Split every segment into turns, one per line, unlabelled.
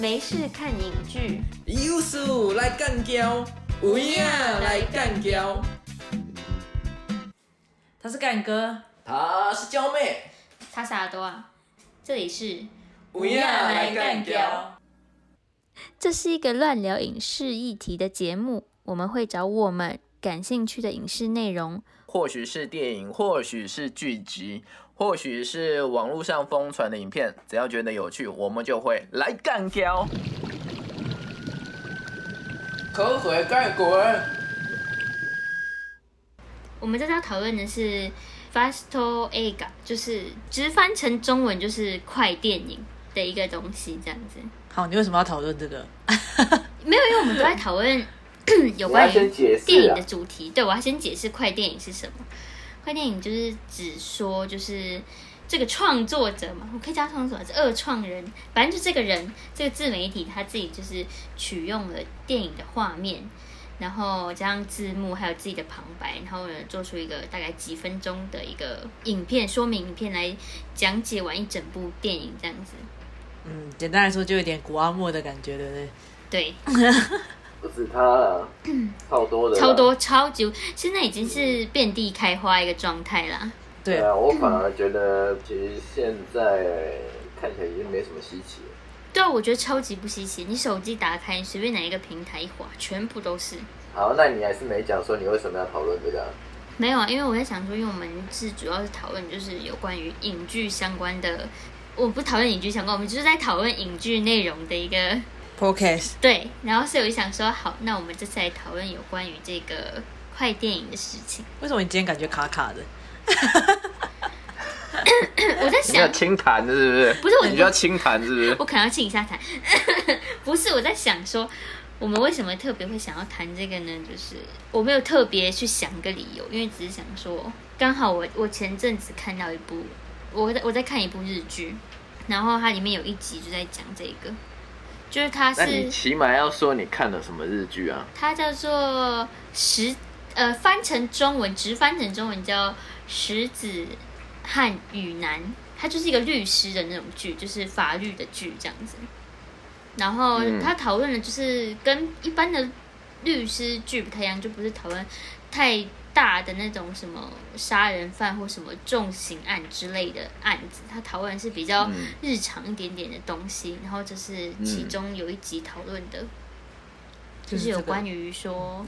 没事看影剧，
有事来干胶，有影来干胶。
他是干哥，
她是娇妹，
他啥多啊？这里是，
有影来干胶。
这是一个乱聊影视议题的节目，我们会找我们感兴趣的影视内容。
或许是电影，或许是剧集，或许是网络上疯传的影片，只要觉得有趣，我们就会来干掉。
口水盖滚！
我们这次要讨论的是 Fasto Ega，就是直翻成中文就是快电影的一个东西，这样子。
好，你为什么要讨论这个？
没有，因为我们都在讨论有关于电影的主题。对，我要先解释快电影是什么。快电影就是指说，就是这个创作者嘛，我可以叫他创作者，是二创人，反正就这个人，这个自媒体他自己就是取用了电影的画面，然后加上字幕，还有自己的旁白，然后呢做出一个大概几分钟的一个影片说明影片来讲解完一整部电影这样子。
嗯，简单来说就有点古阿莫的感觉，对不对？
对，
不止他啦，超多的，
超。多超级，现在已经是遍地开花一个状态啦。
对
对啊，我反而觉得其实现在看起来已经没什么稀奇了。
对啊，我觉得超级不稀奇。你手机打开，随便哪一个平台一滑，全部都是。
好，那你还是没讲说你为什么要讨论这个啊、
没有啊，因为我在想说，因为我们是主要是讨论就是有关于影剧相关的，我不讨论影剧相关，我们就是在讨论影剧内容的一个
，podcast
对。然后所以我就想说，好，那我们这次来讨论有关于这个快电影的事情。
为什么你今天感觉卡卡的？
我在
你要
想，
清谈是不是？
不是我
你就要清谈是不是？
我可能要请一下谈。 不是，我在想说，我们为什么特别会想要谈这个呢？就是我没有特别去想一个理由，因为只是想说，刚好我我前阵子看到一部，我在我在看一部日剧，然后它里面有一集就在讲这个，就是它
那你
是
起码要说你看了什么日剧啊？
它叫做石呃翻成中文直翻成中文叫《石子和雨男》，它就是一个律师的那种剧，就是法律的剧这样子。然后
嗯
他讨论的就是跟一般的律师剧不太一样，就不是讨论太大的那种什么杀人犯或什么重刑案之类的案子，他讨论的是比较
嗯
日常一点点的东西。然后这是其
嗯
中有一集讨论的。就
就是是这
有
个
关于说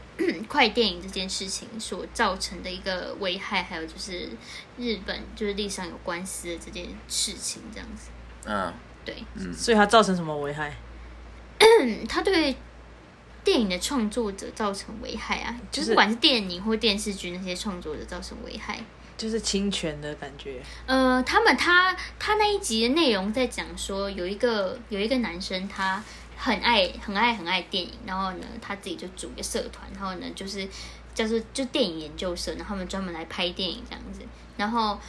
快电影这件事情所造成的一个危害，还有就是日本就是历史上有官司的这件事情，这样子。
嗯，
对，
所以它造成什么危害？
嗯，它对电影的创作者造成危害啊，就
就是是
不管是电影或电视剧那些创作者造成危害。
就是侵权的感觉。
呃，他们他他那一集的内容在讲说，有一个有一个男生他很爱很爱很爱电影，然后呢他自己就组一个社团，然后呢就是叫做就电影研究生，然后他们专门来拍电影这样子，然后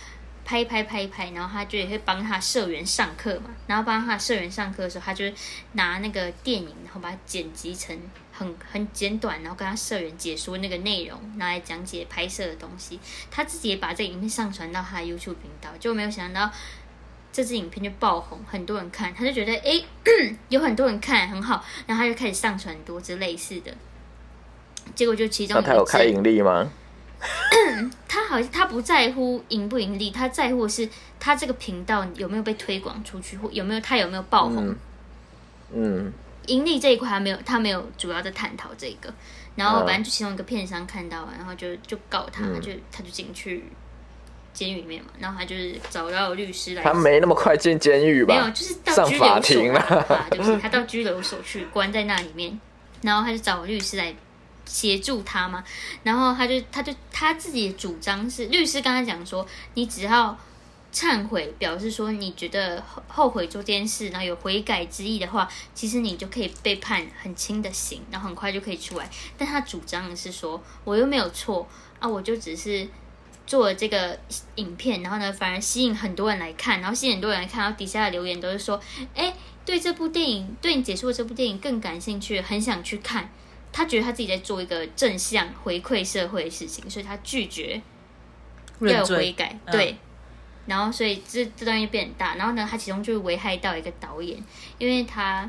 拍一拍拍一拍，然后他就也会帮他社员上课嘛，然后帮他社员上课的时候，他就拿那个电影，然后把它剪辑成很很简短，然后跟他社员解说那个内容，拿来讲解拍摄的东西。他自己也把这个影片上传到他的 YouTube 频道，就没有想到这支影片就爆红，很多人看，他就觉得诶 有很多人看很好，然后他就开始上传很多支类似的。结果就其中
那他有
一支
开盈利吗？
他好像他不在乎盈不盈利，他在乎的是他这个频道有没有被推广出去，或有没有他有没有爆红。
嗯嗯，
盈利这一块还没有，他没有主要在探讨这个。然后反正就其中一个片商看到啊，然后就就告他，
啊嗯
他就他就进去监狱里面嘛。然后他就是找到律师来，
他没那么快进监狱
没有
吧？
就是到
上
拘
法
留
庭
所
了
啊，对不起，他到拘留所去关在那里面，然后他就找律师来协助他嘛。然后他就他就他自己的主张是，律师刚才讲说，你只要忏悔，表示说你觉得后后悔做这件事，然后有悔改之意的话，其实你就可以被判很轻的刑，然后很快就可以出来。但他主张的是说，我又没有错啊，我就只是做了这个影片，然后呢，反而吸引很多人来看，然后吸引很多人来看，然后底下的留言都是说，哎，对这部电影，对你解说的这部电影更感兴趣，很想去看。他觉得他自己在做一个正向回馈社会的事情，所以他拒绝要
认
有悔
罪，
改。
嗯
对，然后所以这这段就变很大，然后呢，他其中就危害到一个导演，因为他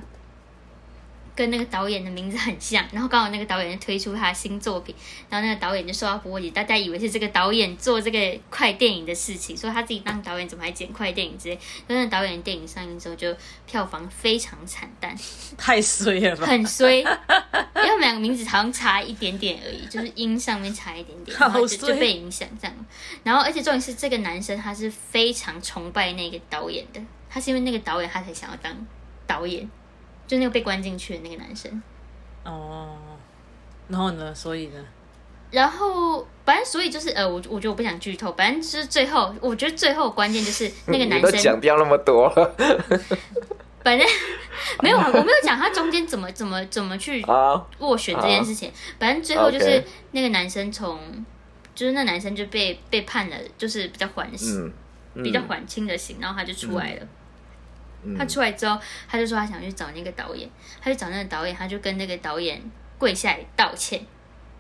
跟那个导演的名字很像，然后刚好那个导演就推出他的新作品，然后那个导演就受到波及，大家以为是这个导演做这个快电影的事情，说他自己当导演怎么还剪快电影之类，但是导演电影上映之后就票房非常惨淡，
太衰 了吧？
很衰，因为他们两个名字好像差一点点而已，就是音上面差一点点，然后就
好衰
就被影响这样。然后，而且重点是这个男生他是非常崇拜那个导演的，他是因为那个导演他才想要当导演，就那个被关进去的那个男生。
哦，然后呢？所以呢？
然后，反正所以就是呃，我我觉得我不想剧透，反正就是最后，我觉得最后关键就是 那个
你
男
都
生
讲掉那么多 了
反正没有，我没有讲他中间怎么怎么怎么去
啊！
斡旋这件事情，反正最后就是那个男生从，就是那男生就被被判了，就是比较缓刑，
嗯，嗯
比较缓轻的刑，然后他就出来了。
嗯
他出来之后，他就说他想去找那个导演，他去找那个导演，他就跟那个导演跪下来道歉。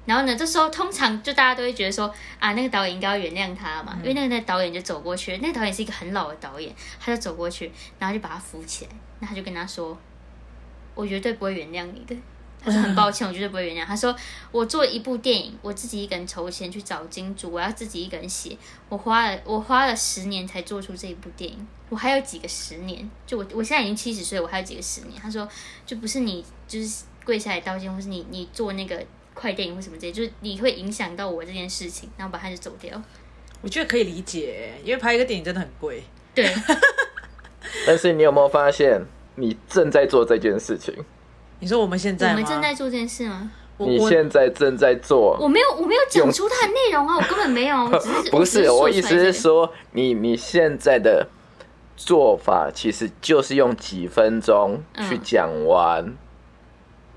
然后呢，这时候通常就大家都会觉得说啊，那个导演应该要原谅他嘛，因为那个那个导演就走过去，那个导演是一个很老的导演，他就走过去，然后就把他扶起来，那他就跟他说，我绝对不会原谅你的。他说很抱歉，我绝对不会原谅。他说我做一部电影，我自己一个人筹钱去找金主，我要自己一个人写，我花了我花了十年才做出这一部电影，我还有几个十年，就我我现在已经七十岁，我还有几个十年。他说，就不是你就是跪下来道歉，或是你你做那个快电影或什么之类，就是你会影响到我这件事情，然后把他就走掉。
我觉得可以理解，欸因为拍一个电影真的很贵。
对，
但是你有没有发现，你正在做这件事情？
你说我们现
我
在吗？
们正在做这件事吗？
我
你
我
现在正在做
我没有我没有讲出它的内容啊，我根本没有，我只是
不是，我意思是，
只说出来
说，你你现在的做法其实就是用几分钟去
嗯
讲完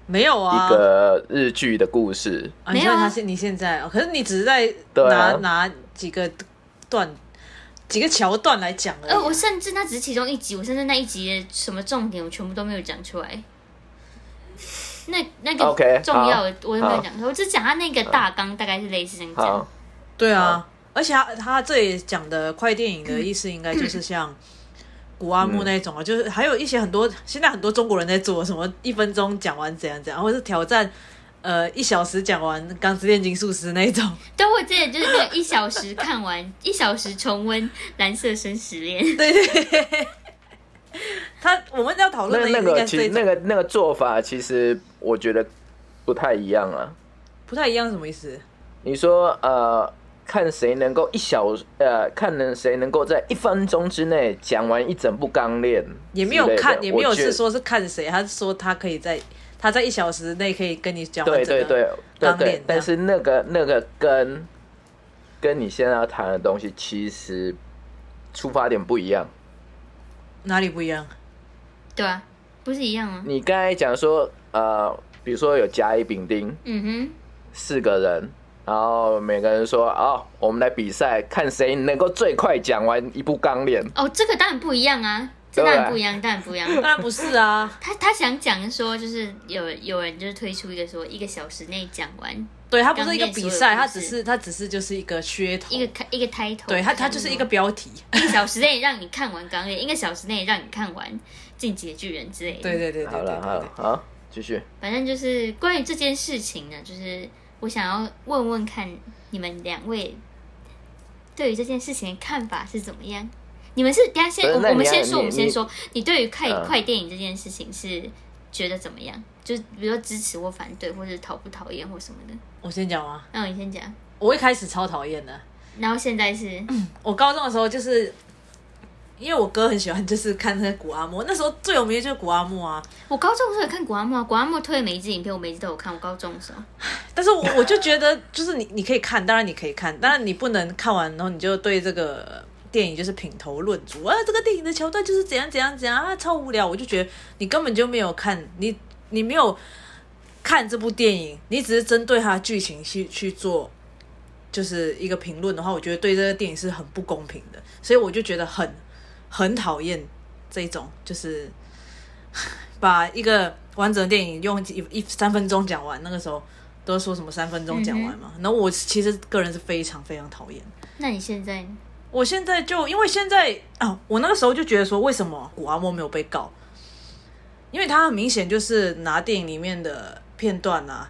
没有啊？
一个日剧的故事。
啊，你说
没有啊
他是你现在，哦可是你只是在
对
拿、
啊
拿几个段、几个桥段来讲
这
而已。啊
个呃，我甚至那只是其中一集，我甚至那一集的什么重点，我全部都没有讲出来。那那个
OK，
重要的我都没有
好嗯
讲，我只讲他那个大纲大概是类似这样
好
讲。，
对啊，而且他他这里讲的快电影的意思，应该就是
嗯
像古阿木那种啊，就是还有一些很多现在很多中国人在做什么一分钟讲完怎样怎样，或者是挑战呃一小时讲完《钢之炼金术师》那一种。
对，我之前就是那个一小时看完， 一小时重温《蓝色生死恋》。
对对对， 他我们要讨论
那
的
那
应该
个
是
其
这
实
种
那个那个做法，其实我觉得不太一样啊。
不太一样，什么意思？
你说呃，看谁能够一小呃，看能谁能够在一分钟之内讲完一整部钢炼之类的，
也没有看，也没有
我觉
是说是看谁，他是说他可以在他在一小时内可以跟你讲完
对
整
对
个。
对对
钢炼这
对
样，
但是那个那个跟跟你现在要谈的东西其实出发点不一样。
哪里不一样？
对啊，不是一样吗？
你刚才讲说呃，比如说有甲乙丙丁，
嗯
四个人，然后每个人说：“哦，我们来比赛，看谁能够最快讲完一部钢链。
哼，哦，这个当然不一样啊，这
对
当然不一样，当然不一样。
当然不是啊，
他他想讲说，就是有有人就是推出一个说一个小时内讲完
对他不是一个
刚
比赛，
练所有
他
故
只
事
是他只是就是一个噱头
一，个开一个 title，
对他他就是一个标题，
一个小时内让你看完《钢炼》，一个小时内让你看完《进击的巨人》之类的。
对对对对
好
对对
了好
对
了，，好，继续。
反正就是关于这件事情呢，就是我想要问问看你们两位对于这件事情的看法是怎么样？你们是等一下先，
不是
我
那
我们
你要
先说，
你
我们先说，你对于
嗯
看快电影这件事情是觉得怎么样？就是比如说支持或反对，或者讨不讨厌或什么的。
我先讲啊，
那你先讲。
我一开始超讨厌的，
然后现在是，
我高中的时候就是。因为我哥很喜欢，就是看那个古阿莫，那时候最有名的就是古阿莫啊。
我高中的时候有看古阿莫啊，古阿莫推的每一支影片我每一支都有看。我高中的时候，
但是我我就觉得，就是你你可以看，当然你可以看，当然你不能看完，然后你就对这个电影就是品头论足啊，这个电影的桥段就是怎样怎样怎样啊，超无聊。我就觉得你根本就没有看，你你没有看这部电影，你只是针对它的剧情去去做。就是一个评论的话，我觉得对这个电影是很不公平的，所以我就觉得很很讨厌这种，就是把一个完整的电影用一一三分钟讲完，那个时候都说什么三分钟讲完嘛。然后我其实个人是非常非常讨厌，
那你现在呢
我现在就因为现在啊，我那个时候就觉得说，为什么古阿莫没有被告？因为他很明显就是拿电影里面的片段啊，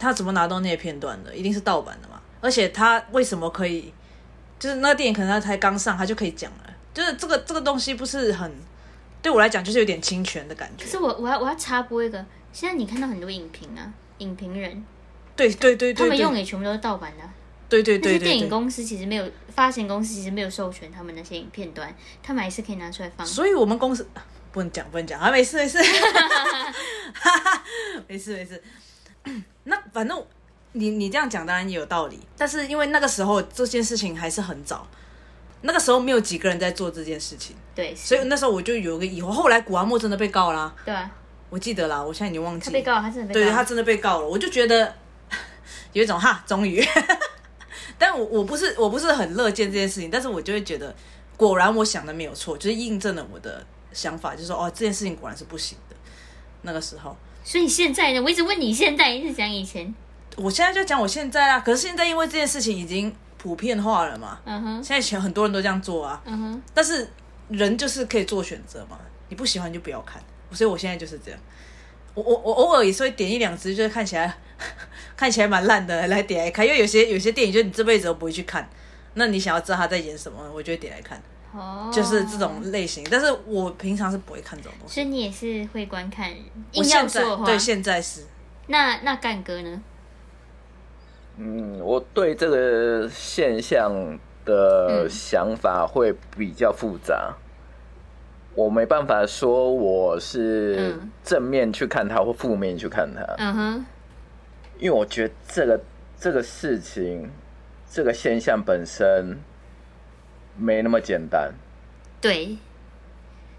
他怎么拿到那些片段的？一定是盗版的嘛。而且他为什么可以，就是那个电影可能他才刚上，他就可以讲了，就是这个这个东西不是很对我来讲，就是有点侵权的感觉
可。是我我要我要插播一个，现在你看到很多影评啊，影评人
对对对
他
对
们用
对，
也全部都是盗版的啊、
对对
但
对
是
对
电影
对。
公司其实没有发行公司其实没有授权他们那些影片段，他们还是可以拿出来放。
所以我们公司啊不能讲，不能讲啊，没事没 事，没事没事。那反正你你这样讲当然也有道理，但是因为那个时候这件事情还是很早，那个时候没有几个人在做这件事情，
对，
所以
是
那时候我就有个疑惑。后来古阿莫真的被告啦，
对啊，我
我记得啦，我现在已经忘记
他被告了，他真的被
对
告了。
他真的被告了，我就觉得 有一种哈，终于。 但我我不是我不是很乐见这件事情，但是我就会觉得，果然我想的没有错，就是印证了我的想法，就是说哦，这件事情果然是不行的。那个时候，
所以现在呢，我一直问你现在，一直讲以前。
我现在就讲我现在啊，可是现在因为这件事情已经普遍化了嘛，
嗯哼，
现在前很多人都这样做啊，
嗯哼，
但是人就是可以做选择嘛，你不喜欢就不要看，所以我现在就是这样。我我我偶尔也是会点一两支，就是看起来 看起来蛮烂的来点来看，因为有些有些电影就是你这辈子都不会去看，那你想要知道他在演什么，我就会点来看，
哦，
就是这种。类型。但是我平常是不会看这种东西。
所以你也是会观看，硬要
我现在
说的话，
对现在是
那那干哥呢？
嗯，我对这个现象的
嗯
想法会比较复杂，我没办法说我是
嗯
正面去看它或负面去看它，
嗯哼，
因为我觉得这个这个事情，这个现象本身没那么简单。
对。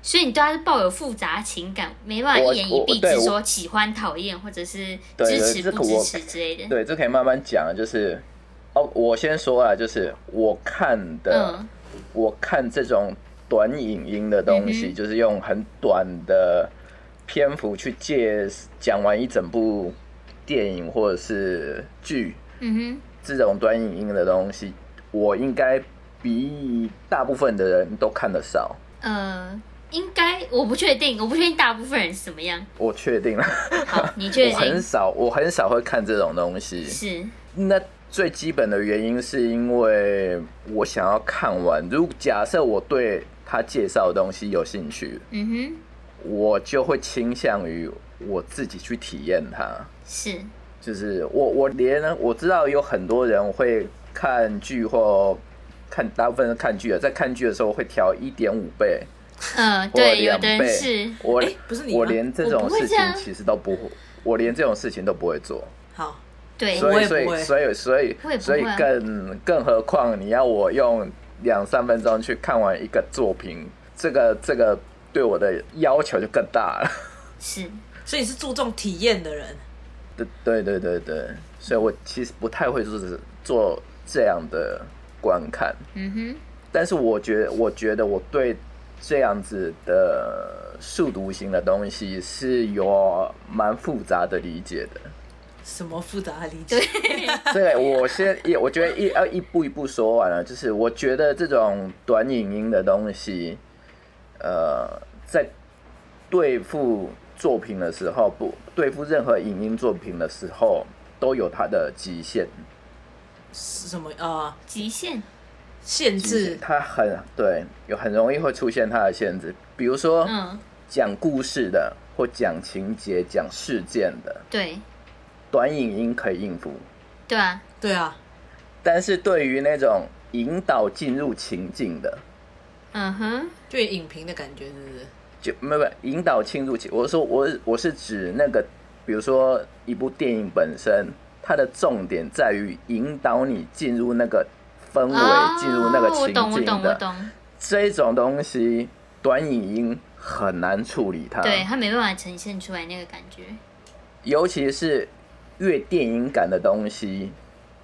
所以你对他是抱有复杂情感，没办法
我
一言以蔽
我对
之
我
说喜欢、讨厌，或者是
对
支
对
持、
这个
不支
我
持之类的。
对，这可以慢慢讲，就是哦，我先说啊，就是我看的，
嗯
我看这种短影音的东西，
嗯哼
就是用很短的篇幅去介讲完一整部电影或者是剧，
嗯
这种短影音的东西，我应该比大部分的人都看得少，
哼，呃，应该我不确定，我不确定大部分人是怎么 样。
我确定了。
好，你确
我很
定
少，我很少会看这种东西。
是？
那最基本的原因是因为我想要看完。如假设我对他介绍的东西有兴趣，
嗯哼，
我就会倾向于我自己去体验它。
是，
就是我我连我知道有很多人会看剧或看大部分是看剧的，在看剧的时候会调一点五倍
呃，
或
对，有
两
的
倍。
人是，
我
诶不是你吗
我连这
我
种
不会
事
这
情
样
其实都不会，我连这种事情都不会做。
好，
对，
所以
我
所
也不
以
会
所以所以
我也不会啊
所以更更何况你要我用两三分钟去看完一个作品，这个这个对我的要求就更大了。
是，
所以你是注重体验的人。
对对对对对，所以我其实不太会做这做这样的观看，
嗯哼，
但是我觉得我觉得我对这样子的速读型的东西是有蛮复杂的理解的。
什么复杂的理解？
对，我先一，我觉得一呃要一步一步说完了。就是我觉得这种短影音的东西，呃，在对付作品的时候，不对付任何影音作品的时候，都有它的极限。
是什么啊、
极限，
限制？
它很对，有很容易会出现它的限制。比如说
嗯，
讲故事的，或讲情节、讲事件的，
对，
短影音可以应付，
对啊，
对啊，
但是对于那种引导进入情境的，
嗯哼，
就有影评的感觉，是不是？
就没有没有引导侵入期。我是说我是我是指那个，比如说一部电影本身，它的重点在于引导你进入那个氛
哦
围，进、入那个情
我懂，我
境
懂，我
的啊
懂，
这种东西，短影音很难处理它，
对他没办法呈现出来那个感觉，
尤其是越电影感的东西，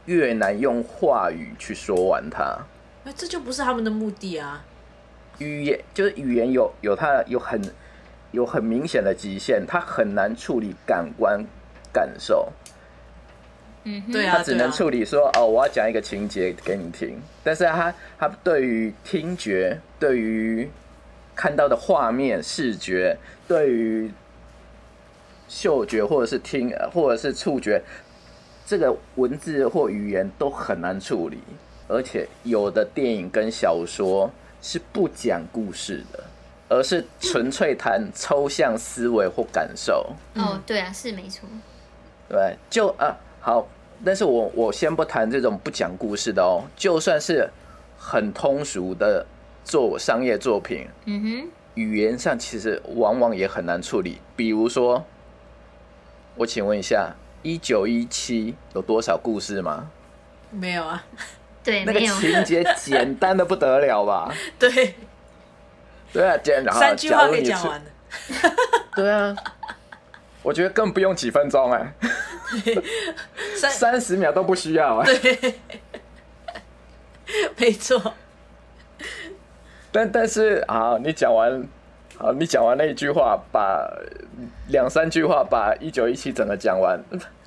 越难用话语去说完它。
那这就不是他们的目的啊。
语言就是语言有有它的有很有很明显的极限，它很难处理感官感受。
嗯哼，
对啊
他只能处理说哦，我要讲一个情节给你听，但是他他对于听觉、对于看到的画面、视觉、对于嗅觉或者是听呃或者是触觉，这个文字或语言都很难处理，而且有的电影跟小说是不讲故事的，而是纯粹谈抽象思维或感受。
哦，对啊，是没错。
对，就啊好，但是我我先不谈这种不讲故事的哦，就算是很通俗的做商业作品，
嗯哼，
语言上其实往往也很难处理。比如说，我请问一下，一九一七有多少故事吗？
没有啊，
对，
那个
没有。
情节简单的不得了 吧？
对，
对啊，简然后
三句话
假如
可以
你
讲
是
完了。
对啊，我觉得更不用几分钟 哎、
三
三十秒都不需要哎、
没错，
但但是啊，你讲完，好，你讲完那一句话，把两三句话把一九一七整个讲完，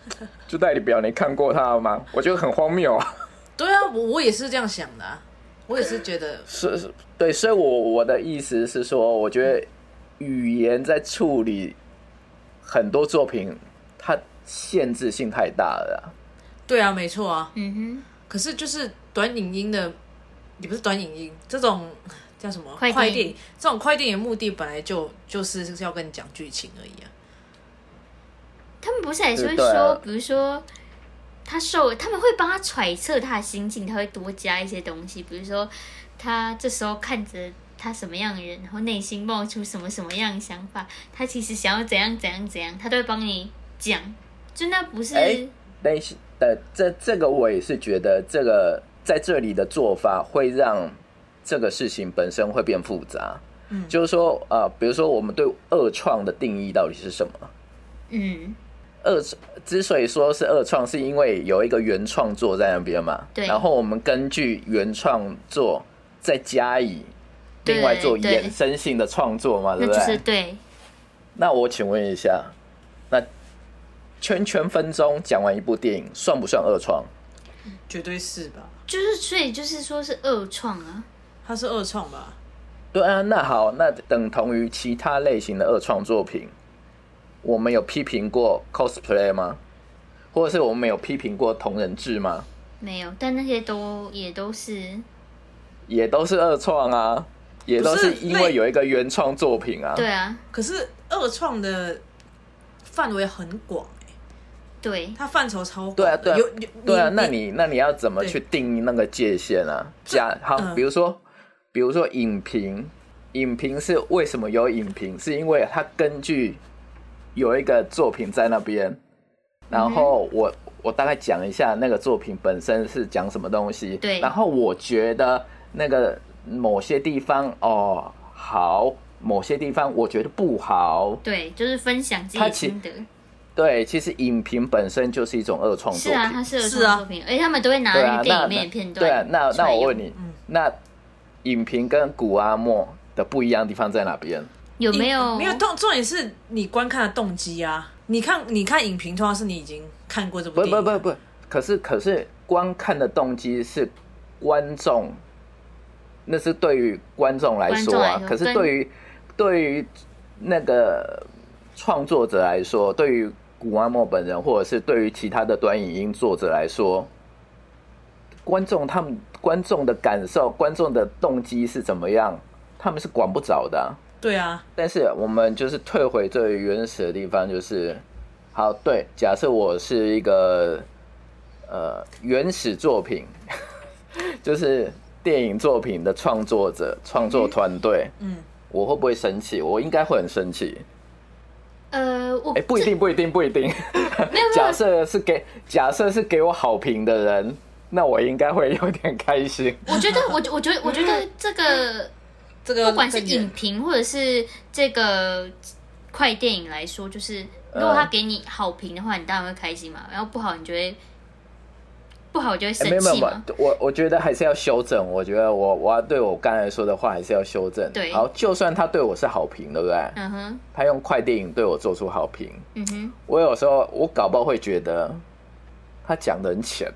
就代表你看过它了吗？我觉得很荒谬啊。
对啊，我我也是这样想的、啊，我也是觉得，
是，是对，所以我我的意思是说，我觉得语言在处理很多作品，它限制性太大了啊、
对啊，没错啊。
嗯
可是就是短影音的，也不是短影音，这种叫什么
快电影
电影，这种快电影的目的本来就就是要跟你讲剧情而已啊。
哼，他们不是还是会
对
说
啊，
比如说他受，他们会帮他揣测他的心境，他会多加一些东西，比如说他这时候看着。他什么样的人，然后内心冒出什么什么样的想法，他其实想要怎样怎样怎样，他都会帮你讲，就那不是、
哎但是呃，这这个我也是觉得，这个在这里的做法会让这个事情本身会变复杂。
嗯
就是说呃，比如说我们对恶创的定义到底是什么？
嗯，
恶之所以说是恶创，是因为有一个原创作在那边嘛。
对
然后我们根据原创作再加以
对
另外做
对
衍生性的创作嘛，对
那就
不对？
是对，
那我请问一下，那圈圈分钟讲完一部电影，算不算恶创？
绝对是吧？
就是所以就是说是恶创啊，
它是二创吧？
对啊，那好，那等同于其他类型的二创作品，我们有批评过 cosplay 吗？或者是我们有批评过同人志吗？
没有，但那些都也都是
也都是二创啊，也都是
不是
因为有一个原创作品啊。
对啊，
可是二创的范围很广、欸、
对，
它范畴超广
对啊
的。
对啊
有有
对啊，那你那你要怎么
对
去定义那个界限啊？假好，
嗯
比如说，比如说影评，影评是为什么有影评？是因为它根据有一个作品在那边，然后我、我大概讲一下那个作品本身是讲什么东西，
对
然后我觉得那个某些地方哦好，某些地方我觉得不好，
对，就是分享自己
他
的
其
心得。
对，其实影评本身就是一种二创
是
作品
啊，。它是有
是
创
啊
作品，而且他们都会拿
对
那
啊
个，电
那
影里面的片
对啊
段，。
那那我问
你，
你
嗯，
那影评跟古阿莫的不一样的地方在哪边？
有
有
没有哦
没有重重点是你观看的动机啊！你看你看影评，通常是你已经看过这部
不
电影
不
了，
不不，可是可是观看的动机是观众，那是对于观众来说
观众来
啊
说。
可是
跟
对于对于那个创作者来说，对于古阿莫本人，或者是对于其他的短影音作者来说，观众他们观众的感受、观众的动机是怎么样，他们是管不着的啊、
对啊，
但是我们就是退回最原始的地方，就是好对，假设我是一个呃原始作品， 就是电影作品的创作者、创作团队，
嗯，
我会不会生气？我应该会很生气。
呃，我
哎、不一定，不一定，不一定。假设是给假设是给我好评的人，那我应该会有点开心。
我觉得，我我觉得，我觉得
嗯
这个
这个
不管是
更远
影评或者是这个快电影来说，
嗯
就是如果他给你好评的话，你当然会开心嘛，然后不好你就会不好就会
哎
生
没有没有，
气
没有
嘛。
我我觉得还是要修正。我觉得我我要对我刚才说的话还是要修正。
对
好，就算他对我是好评，对不对？
嗯哼，
他用快电影对我做出好评，
嗯哼，
我有时候我搞不好会觉得，
他讲的很浅，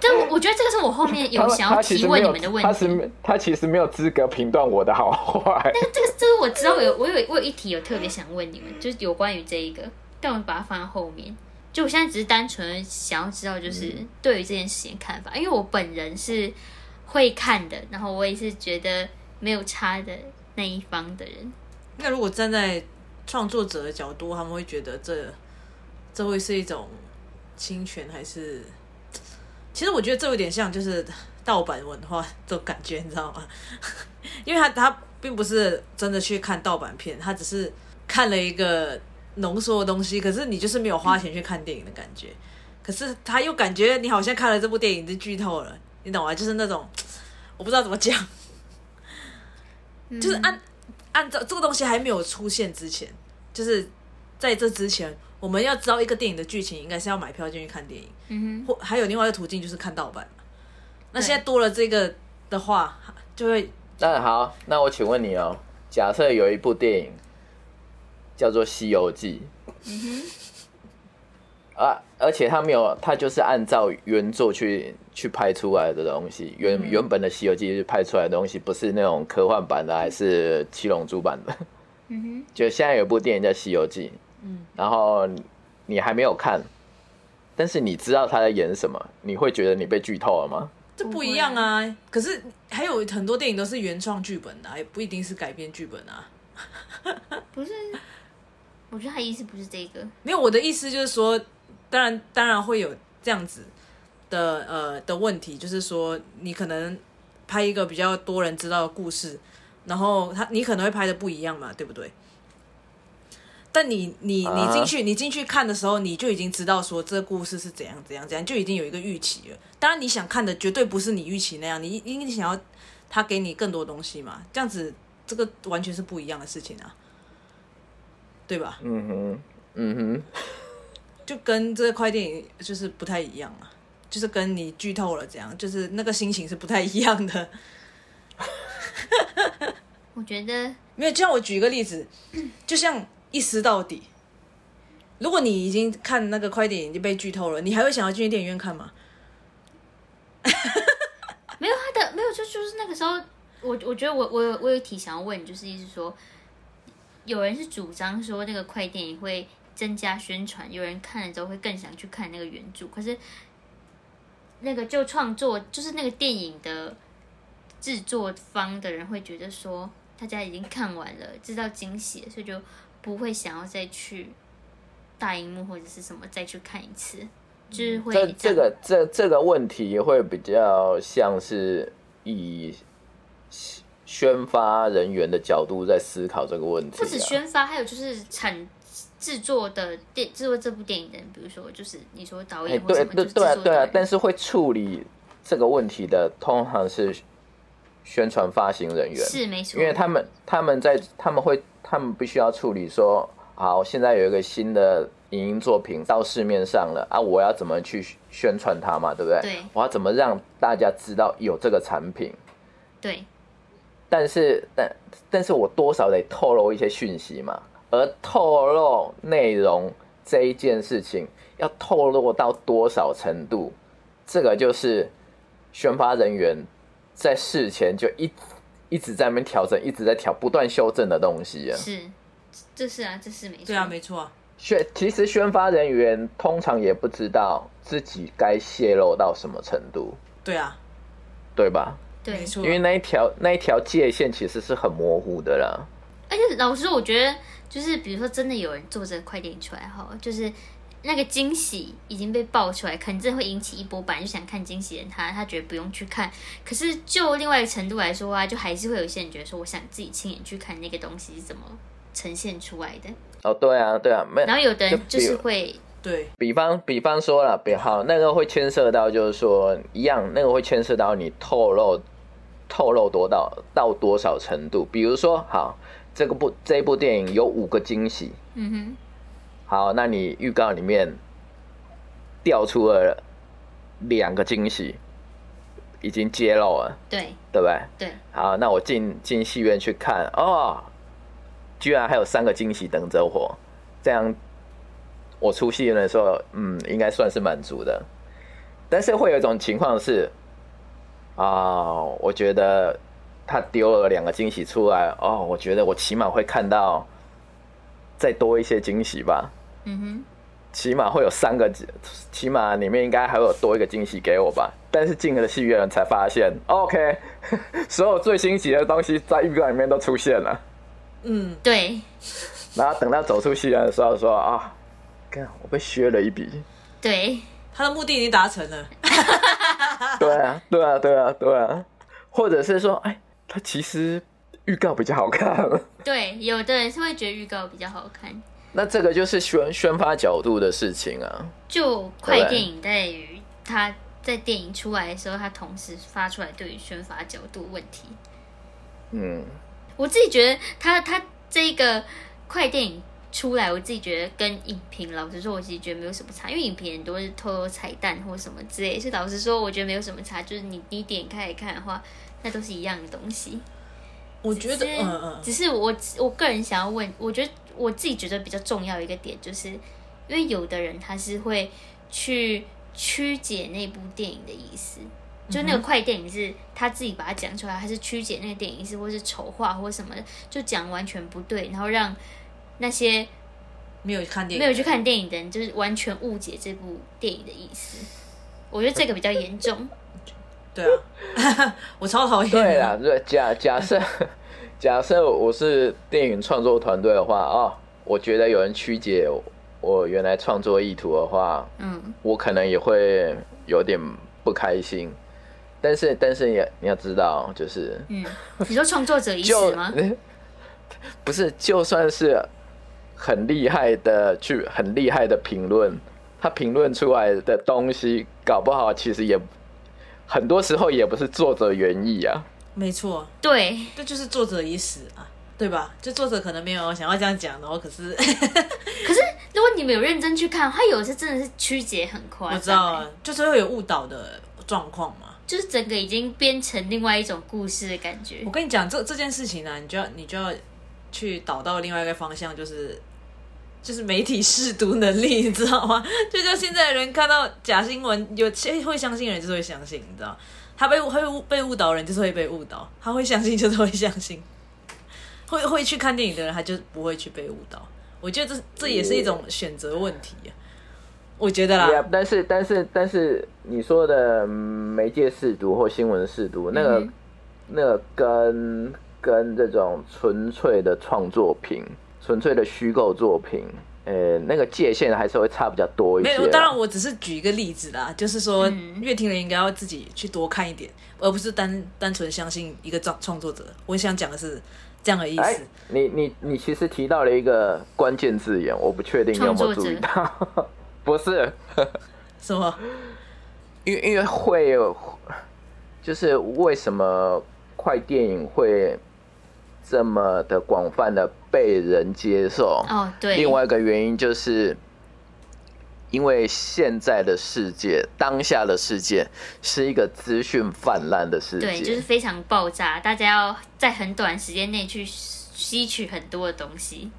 但我我觉得这个是我后面有
他
想要
他其
提
实没
问你
有
们的问
他
题。
是他其实没有资格评断我的好坏。
这个这个我知道我有我有我有一题有特别想问你们，就是有关于这一个，但我把它放在后面。就我现在只是单纯想要知道，就是
嗯
对于这件事情的看法，因为我本人是会看的，然后我也是觉得没有差的那一方的人。
那如果站在创作者的角度，他们会觉得这这会是一种侵权，还是？其实我觉得这有点像就是盗版文化的感觉，你知道吗？ 因为他他并不是真的去看盗版片，他只是看了一个浓缩的东西，可是你就是没有花钱去看电影的感觉。可是他又感觉你好像看了这部电影就剧透了，你懂吗？就是那种我不知道怎么讲，嗯
嗯
就是啊按按照这个东西还没有出现之前，就是在这之前，我们要知道一个电影的剧情，应该是要买票进去看电影，
嗯哼，
或还有另外一个途径就是看盗版嘛。那
对
现在多了这个的话，就会
那好，那我请问你哦，假设有一部电影叫做《西游记》，啊，而且它没有，它就是按照原作去去拍出来的东西，原、原本的《西游记》是拍出来的东西，不是那种科幻版的，还是《七龙珠》版的。
嗯
就现在有部电影叫《西游记》，嗯，然后你还没有看，但是你知道他在演什么，你会觉得你被剧透了吗？
这不一样啊。可是还有很多电影都是原创剧本的啊、也不一定是改编剧本啊。
哼，不是，我觉得他意思不是这个。
没有，我的意思就是说，当然当然会有这样子的呃的问题，就是说你可能拍一个比较多人知道的故事，然后他你可能会拍的不一样嘛，对不对？但你你你
啊
进去你进去看的时候，你就已经知道说这故事是怎样怎样怎样，就已经有一个预期了。当然你想看的绝对不是你预期那样，你因为你想要他给你更多东西嘛，这样子这个完全是不一样的事情啊，对吧？
嗯哼，嗯哼。
就跟这块电影就是不太一样啊，就是跟你剧透了这样，就是那个心情是不太一样的。
我觉得
没有，就像我举一个例子，就像一撕到底。如果你已经看那个快电影已经被剧透了，你还会想要进去电影院看吗？
没有他的没有，就就是那个时候，我我觉得我我有我有一题想要问，就是意思说，有人是主张说那个快电影会增加宣传，有人看了之后会更想去看那个原著，可是那个就创作就是那个电影的制作方的人会觉得说，大家已经看完了，知道惊喜了，所以就不会想要再去大荧幕或者是什么再去看一次，就是会
这
样
这个这这个问题会比较像是以宣发人员的角度在思考这个问题、啊，
不止宣发，还有就是产制作的电制作这部电影的人，比如说就是你说导
哎、
演或
对
什么，
对
就是制
对
作
啊
的
对啊
人，
但是会处理这个问题的通常是宣传发行人员，
是没错，
因为他们他们在他们会他们必须要处理说，好，现在有一个新的影音作品到市面上了啊，我要怎么去宣传它嘛，对不对？
对
我要怎么让大家知道有这个产品？
对
但是但但是我多少得透露一些讯息嘛，而透露内容这一件事情要透露到多少程度，这个就是宣发人员在事前就一一直在那边调整，一直在调，不断修正的东西啊。
是，这是啊，这是没错，
对啊，没错啊。
宣其实宣发人员通常也不知道自己该泄露到什么程度，
对啊，
对吧？
对
没，错啊。
因为那一条那一条界限其实是很模糊的啦。
而且老实说，我觉得就是比如说真的有人做着快点出来哈，就是。那个惊喜已经被爆出来，肯定会引起一波本来就想看惊喜的人他，他觉得不用去看。可是就另外一个程度来说啊，就还是会有一些人觉得说，我想自己亲眼去看那个东西是怎么呈现出来的。
哦，对啊，对啊，没有
然。后有的人
就
就
比
是
如
会
对，
比方比方说了，比好那个会牵涉到，就是说一样，那个会牵涉到你透露透露多到到多少程度。比如说，好，这个部这一部电影有五个惊喜，
嗯
好，那你预告里面调出了两个惊喜，已经揭露了
哼，，对
对不对？
对，
好，那我进进戏院去看，哦，居然还有三个惊喜等着我，这样我出戏的时候，嗯，应该算是满足的。但是会有一种情况是，啊、我觉得他丢了两个惊喜出来，哦，我觉得我起码会看到再多一些惊喜吧，
嗯哼，
起码会有三个，起码里面应该还会有多一个惊喜给我吧。但是进了戏院才发现，OK，所 有最新奇的东西在预告里面都出现了。
嗯，
对
然后等到走出戏院的时候说啊，看我被削了一笔。
对，
他的目的已经达成了。
对啊，对啊，对啊，对啊，或者是说，哎，他其实预告比较好看。
对，有的人是会觉得预告比较好看，
那这个就是宣宣发角度的事情啊。
就快
对
电影在于它在电影出来的时候，它同时发出来对于宣发角度问题。
嗯，
我自己觉得它它这个快电影出来，我自己觉得跟影评，老实说，我其实觉得没有什么差，因为影评很多是透露彩蛋或什么之类，所以老实说，我觉得没有什么差。就是你你点开来看的话，那都是一样的东西。
我觉得，
只是
嗯嗯，
只是我我个人想要问，我觉得我自己觉得比较重要一个点，就是因为有的人他是会去曲解那部电影的意思，就
嗯
那个快电影是他自己把它讲出来，他是曲解那个电影意思，或是丑化或什么的，就讲完全不对，然后让那些
没有看电影，
没有去看电影的人就是完全误解这部电影的意思。我觉得这个比较严重，
对啊， 我超讨厌。
对啦，，对，假假设 假设我是电影创作团队的话，哦，我觉得有人曲解我我原来创作意图的话，
嗯，
我可能也会有点不开心。但是但是也你要知道，就是
嗯，你说创作者意
就
思吗？
不是，就算是很厉害的去很厉害的评论，他评论出来的东西，搞不好其实也很多时候也不是作者原意啊。
没错，
对，
这就是作者已死啊，对吧？就作者可能没有想要这样讲，然哦后可是
如果你们有认真去看，它有些真的是曲解很夸张、
我知道啊，就是会有误导的状况嘛。
就是整个已经编成另外一种故事的感觉
我。跟你讲，这这件事情呢、你就要你就要去导到另外一个方向，就是就是媒体试读能力， 你知道吗？就像现在人看到假新闻，有些会相信的人就是会相信，你知道，他被误会误被误导的人就是会被误导，他会相信就是会相信，会会去看电影的人他就不会去被误导。我觉得这这也是一种选择问题、啊，我觉得啦。
Yeah，但啊是但是但是你说的嗯媒介试读或新闻试读，那个、
嗯哼
那个跟跟这种纯粹的创作品、纯粹的虚构作品，呃，那个界限还是会差比较多一些
没
啊。
有，当然我只是举一个例子啦，就是说
嗯
乐听人应该要自己去多看一点，而不是单单纯相信一个创创作者。我想讲的是这样的意
哎
思。，
你你你其实提到了一个关键字眼，我不确定你有没有注意到， 不是，
什么？
因为因为会有，就是为什么快电影会这么的广泛的被人接受？
哦，对，
另外一个原因就是，因为现在的世界，当下的世界是一个资讯泛滥的世界，
对，就是非常爆炸，大家要在很短时间内去吸取很多的东西，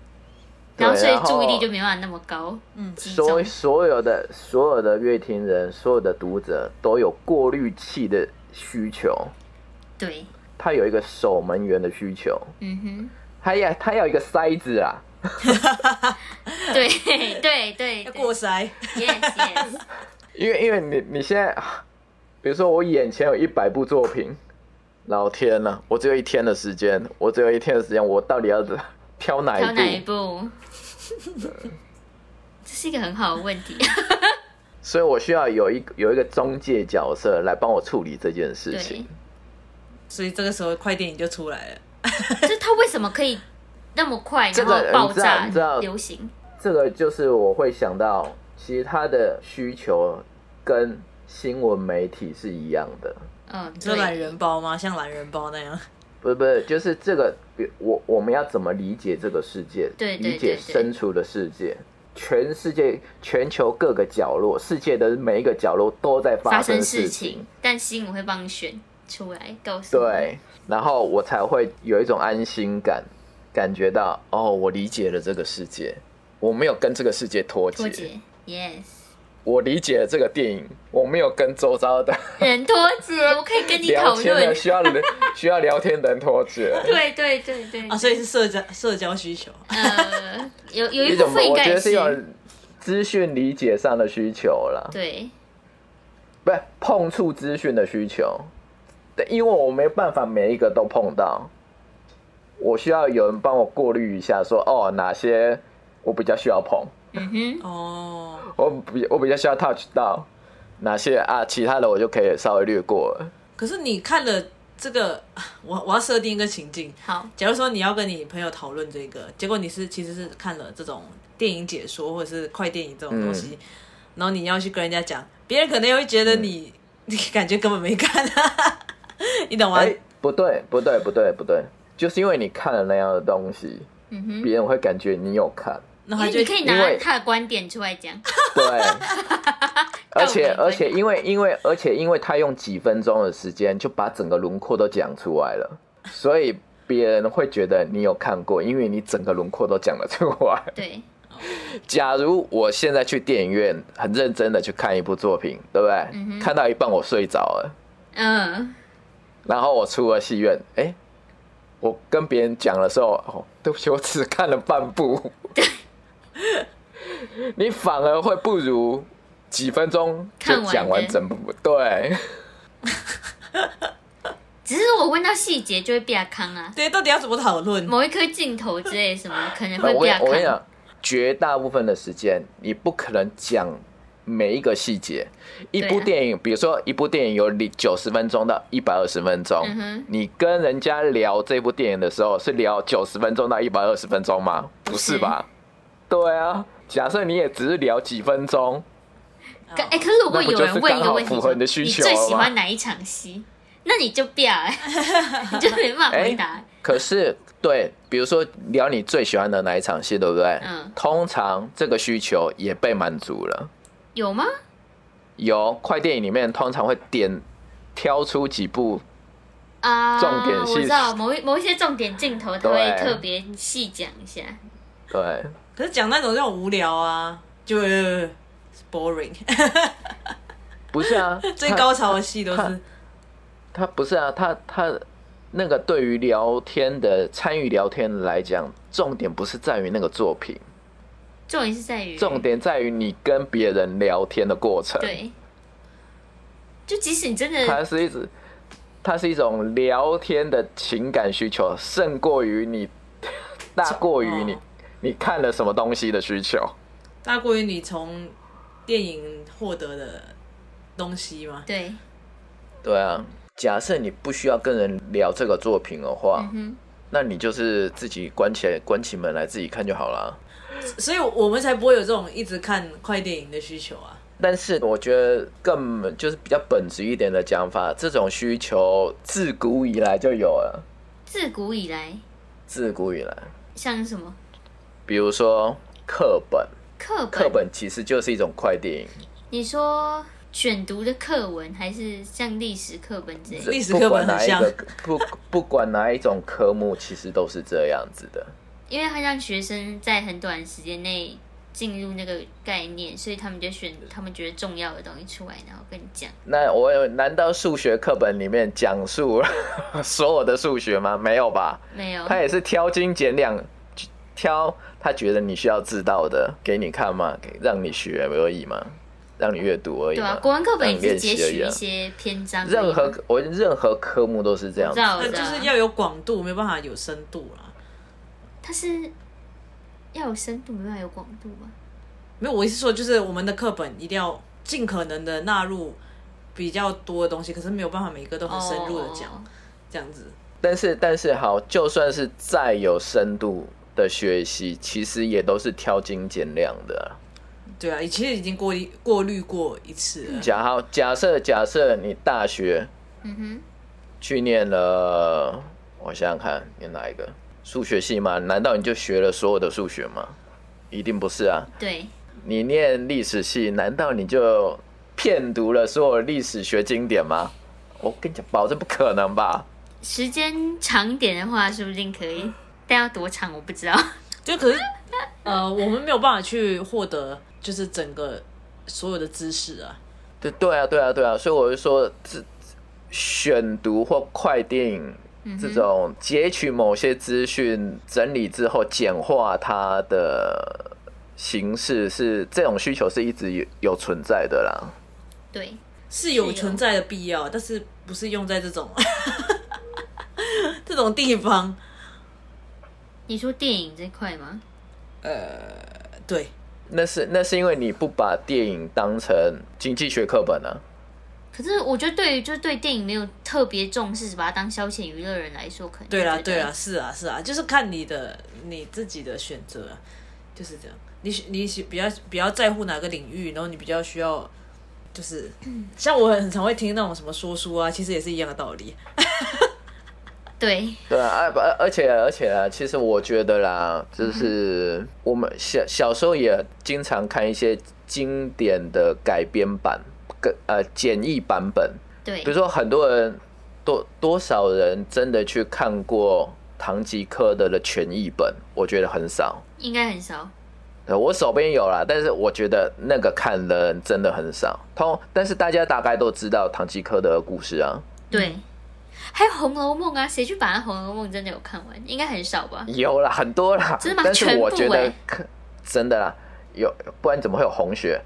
对
然后所以
然后
注意力就没办法那么高，嗯，集
所
中，
所有的所有的乐听人，所有的读者都有过滤器的需求，
对，
他有一个守门员的需求，
嗯
他要他要一个筛子啊，
哼， 对对对对
要过筛？
，yes yes，
因为因为你你现在， 啊比如说我眼前有一百部作品，老天呐、我只有一天的时间，我只有一天的时间，我到底要怎挑哪一
挑
部？
哪一部？这是一个很好的问题，
所以我需要有一个有一个中介角色来帮我处理这件事
对
情。。
所以这个时候快电影就出来了。
就是他为什么可以那么快，
这
然
个
后爆炸
你知道你知道
流行？
这个就是我会想到，其实他的需求跟新闻媒体是一样的，
嗯，
你说
对
懒人包吗？像懒人包那样？
不是不是，就是这个比我我们要怎么理解这个世界，
对对
理解
对对
身处的世界，全世界全球各个角落，世界的每一个角落都在
发
生
生事
情
情，，但新闻会帮你选出来，告诉你，
对，然后我才会有一种安心感，感觉到哦，我理解了这个世界，我没有跟这个世界脱节，
脱节，yes，
我理解了这个电影，我没有跟周遭的
人脱 节，我可以跟你
聊
讨
天的
论。
需要人需要聊天的人脱节。
对对对对，
啊，所以是社交社交需求。
呃，有有
一
一
种
部分应
我
该
觉
也
得是一种资讯理解上的需求啦，
对，
不是碰触资讯的需求。对，因为我没办法每一个都碰到，我需要有人帮我过滤一下说哦哪些我比较需要碰，
嗯哼，
哦，
我比我比较需要 touch 到哪些啊，其他的我就可以稍微略过了。
可是你看了这个， 我我要设定一个情境。
好，
假如说你要跟你朋友讨论这个，结果你是其实是看了这种电影解说或者是快电影这种东西，然后你要去跟人家讲，别人可能会觉得你、你感觉根本没看、啊， 你懂吗？
哎、不对，不对，不对，不对，就是因为你看了那样的东西，
嗯哼，
别人会感觉你有看。
然
因
后他
为
就
哎你可以
因
拿
为
他的观点出来讲，
对，而且
道理
而且因为因为而且因为他用几分钟的时间就把整个轮廓都讲出来了，所以别人会觉得你有看过，因为你整个轮廓都讲了出 来。
对，
假如我现在去电影院很认真的去看一部作品，对不对？
嗯哼
看到一半我睡着了，
嗯，
然后我出了戏院，哎、我跟别人讲的时候，哦，对不起，我只看了半部。 你反而会不如几分钟就
看完
讲完
的
整部，对，
只是我问到细节就会变康啊，
对，到底要怎么讨论？
某一颗镜头之类什么可能
我
会
跟
变
我跟你
康，
讲，绝大部分的时间你不可能讲每一个细节。一
对啊
部电影，比如说一部电影有九十分钟到一百二十分钟，
嗯哼
你跟人家聊这部电影的时候是聊九十分钟到一百二十分钟吗？不是
是
吧？对啊，假设你也只是聊几分钟，
可哎、可是如果
那不
有
就是
人问一
刚
个
好
问题
符合
说，
你的需求
最
了
喜
吗
欢哪一场戏？那你就变、欸， 你就没办法回 答。
可是，对，比如说聊你最喜欢的哪一场戏，对不对？
嗯
通常这个需求也被满足了。
有吗？
有快电影里面通常会点挑出几部，
啊，
重点是
我知道某一某一些重点镜头，他会
对
特别细讲一下。
对，
可是讲那种就很无聊啊，就呃 boring。，
不是啊
最高潮的戏都是
他不是啊，他他那个对于聊天的参与聊天来讲，重点不是在于那个作品，
嗯
重点是在于
重点在于你跟别人聊天的过程。，
对，就即使你真
它
的
是一直，它是一种聊天的情感需求，胜过于你， 大过于你
哦，
你看了什么东西的需求。
大过于你从电影获得的东西嘛。
对，
对啊，假设你不需要跟人聊这个作品的话，
嗯
那你就是自己关起来，关起门来自己看就好了。
所以我们才不会有这种一直看快电影的需求啊。
但是我觉得更就是比较本质一点的讲法，这种需求自古以来就有了，
哼，自古以来
自古以来，
像什么
比如说课本，
课本，
课本其实就是一种快电影，
你说选读的课文，还是像历史课本之类的？
历史
不
课
管
本
哪
很
一
像
个，不不管哪一种科目，其实都是这样子的。
因为它让学生在很短时间内进入那个概念，所以他们就选他们觉得重要的东西出来，然后跟你讲。
那我有难道数学课本里面讲述 所有的数学吗？没有吧，
没有，啊
他也是挑斤拣两，挑他觉得你需要知道的给你看嘛，给让你学而已嘛，让你阅读而已
对
嘛。
啊，国文课本
让
也
你
是
练
截
习而
取
已
一
啊。
些篇章而已嘛，
任何我任何科目都是这样
我
子
知。道，我
那
知道，
就是要有广度，没办法有深度啊啦。
它是要有深度，没办法有广度啊吧？
没有，我意思说就是我们的课本一定要尽可能的纳入比较多的东西，可是没有办法每个都很深入的讲、
哦
这样子。
但是但是好，就算是再有深度的学习，其实也都是挑斤拣两的啊。
对啊，其实已经过滤过滤过一次了。
假好假设假设你大学
嗯
去念了，我想想看，念哪一个数学系吗？难道你就学了所有的数学吗？一定不是啊。
哼，对，
你念历史系，难道你就骗读了所有历史学经典吗？我跟你讲，保证不可能吧？
时间长一点的话，说不定可以，但要多长我不知道。
就可是呃，我们没有办法去获得就是整个所有的知识啊。
对对啊，对啊，对啊，所以我就说，这选读或快电影这种截取某些资讯，整理之后简化它的形式是，这种需求是一直有有存在的啦。
对，
是
是
有
有
存在的必要，但是不是用在这种 这种地方？
你说电影这块吗？
对，
那是那是因为你不把电影当成经济学课本啊。
可是我觉得对于就是对电影没有特别重视，把它当消遣娱乐人来说，可能
对啦，
就觉
对
得
啦，是啊，是啊，就是看你的你自己的选择啊，就是这样。你喜你喜比较比较在乎哪个领域，然后你比较需要， 就是像我很常会听那种什么说书啊，其实也是一样的道理。
对，
对啊，啊不而而且而且啊，其实我觉得啦，就是我们小小时候也经常看一些经典的改编版，跟呃简易版本，
对，
比如说很多人多多少人真的去看过堂吉诃德的全译本，我觉得很少。
应该很少。
呃我手边有啦，但是我觉得那个看的人真的很少。通，但是大家大概都知道堂吉诃德的故事啊，
嗯
对，还有《红楼梦》啊，谁去把《红楼梦》真的有看完？应该很少吧？
有啦，很多啦，
真的吗
但是我觉
全部
得
欸
可真的啦，有，不然怎么会有红学？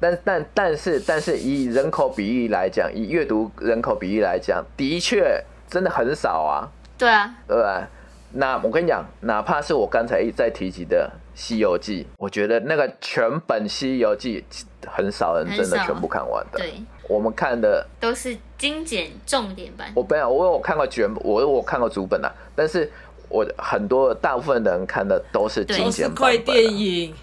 但但但是但是以人口比例来讲，以阅读人口比例来讲，的确真的很少啊，
对啊，
对吧？那我跟你讲，哪怕是我刚才一再提及的《西游记》，我觉得那个全本《西游记》很少人真
很
的
少
全部看完的。
对，
我们看的，
都是精简重点版。
我本来我有看过卷，我我看过主本啊，但是我很多大部分的人看的都是
对
精
都
简
是
版本、啊
快电，影，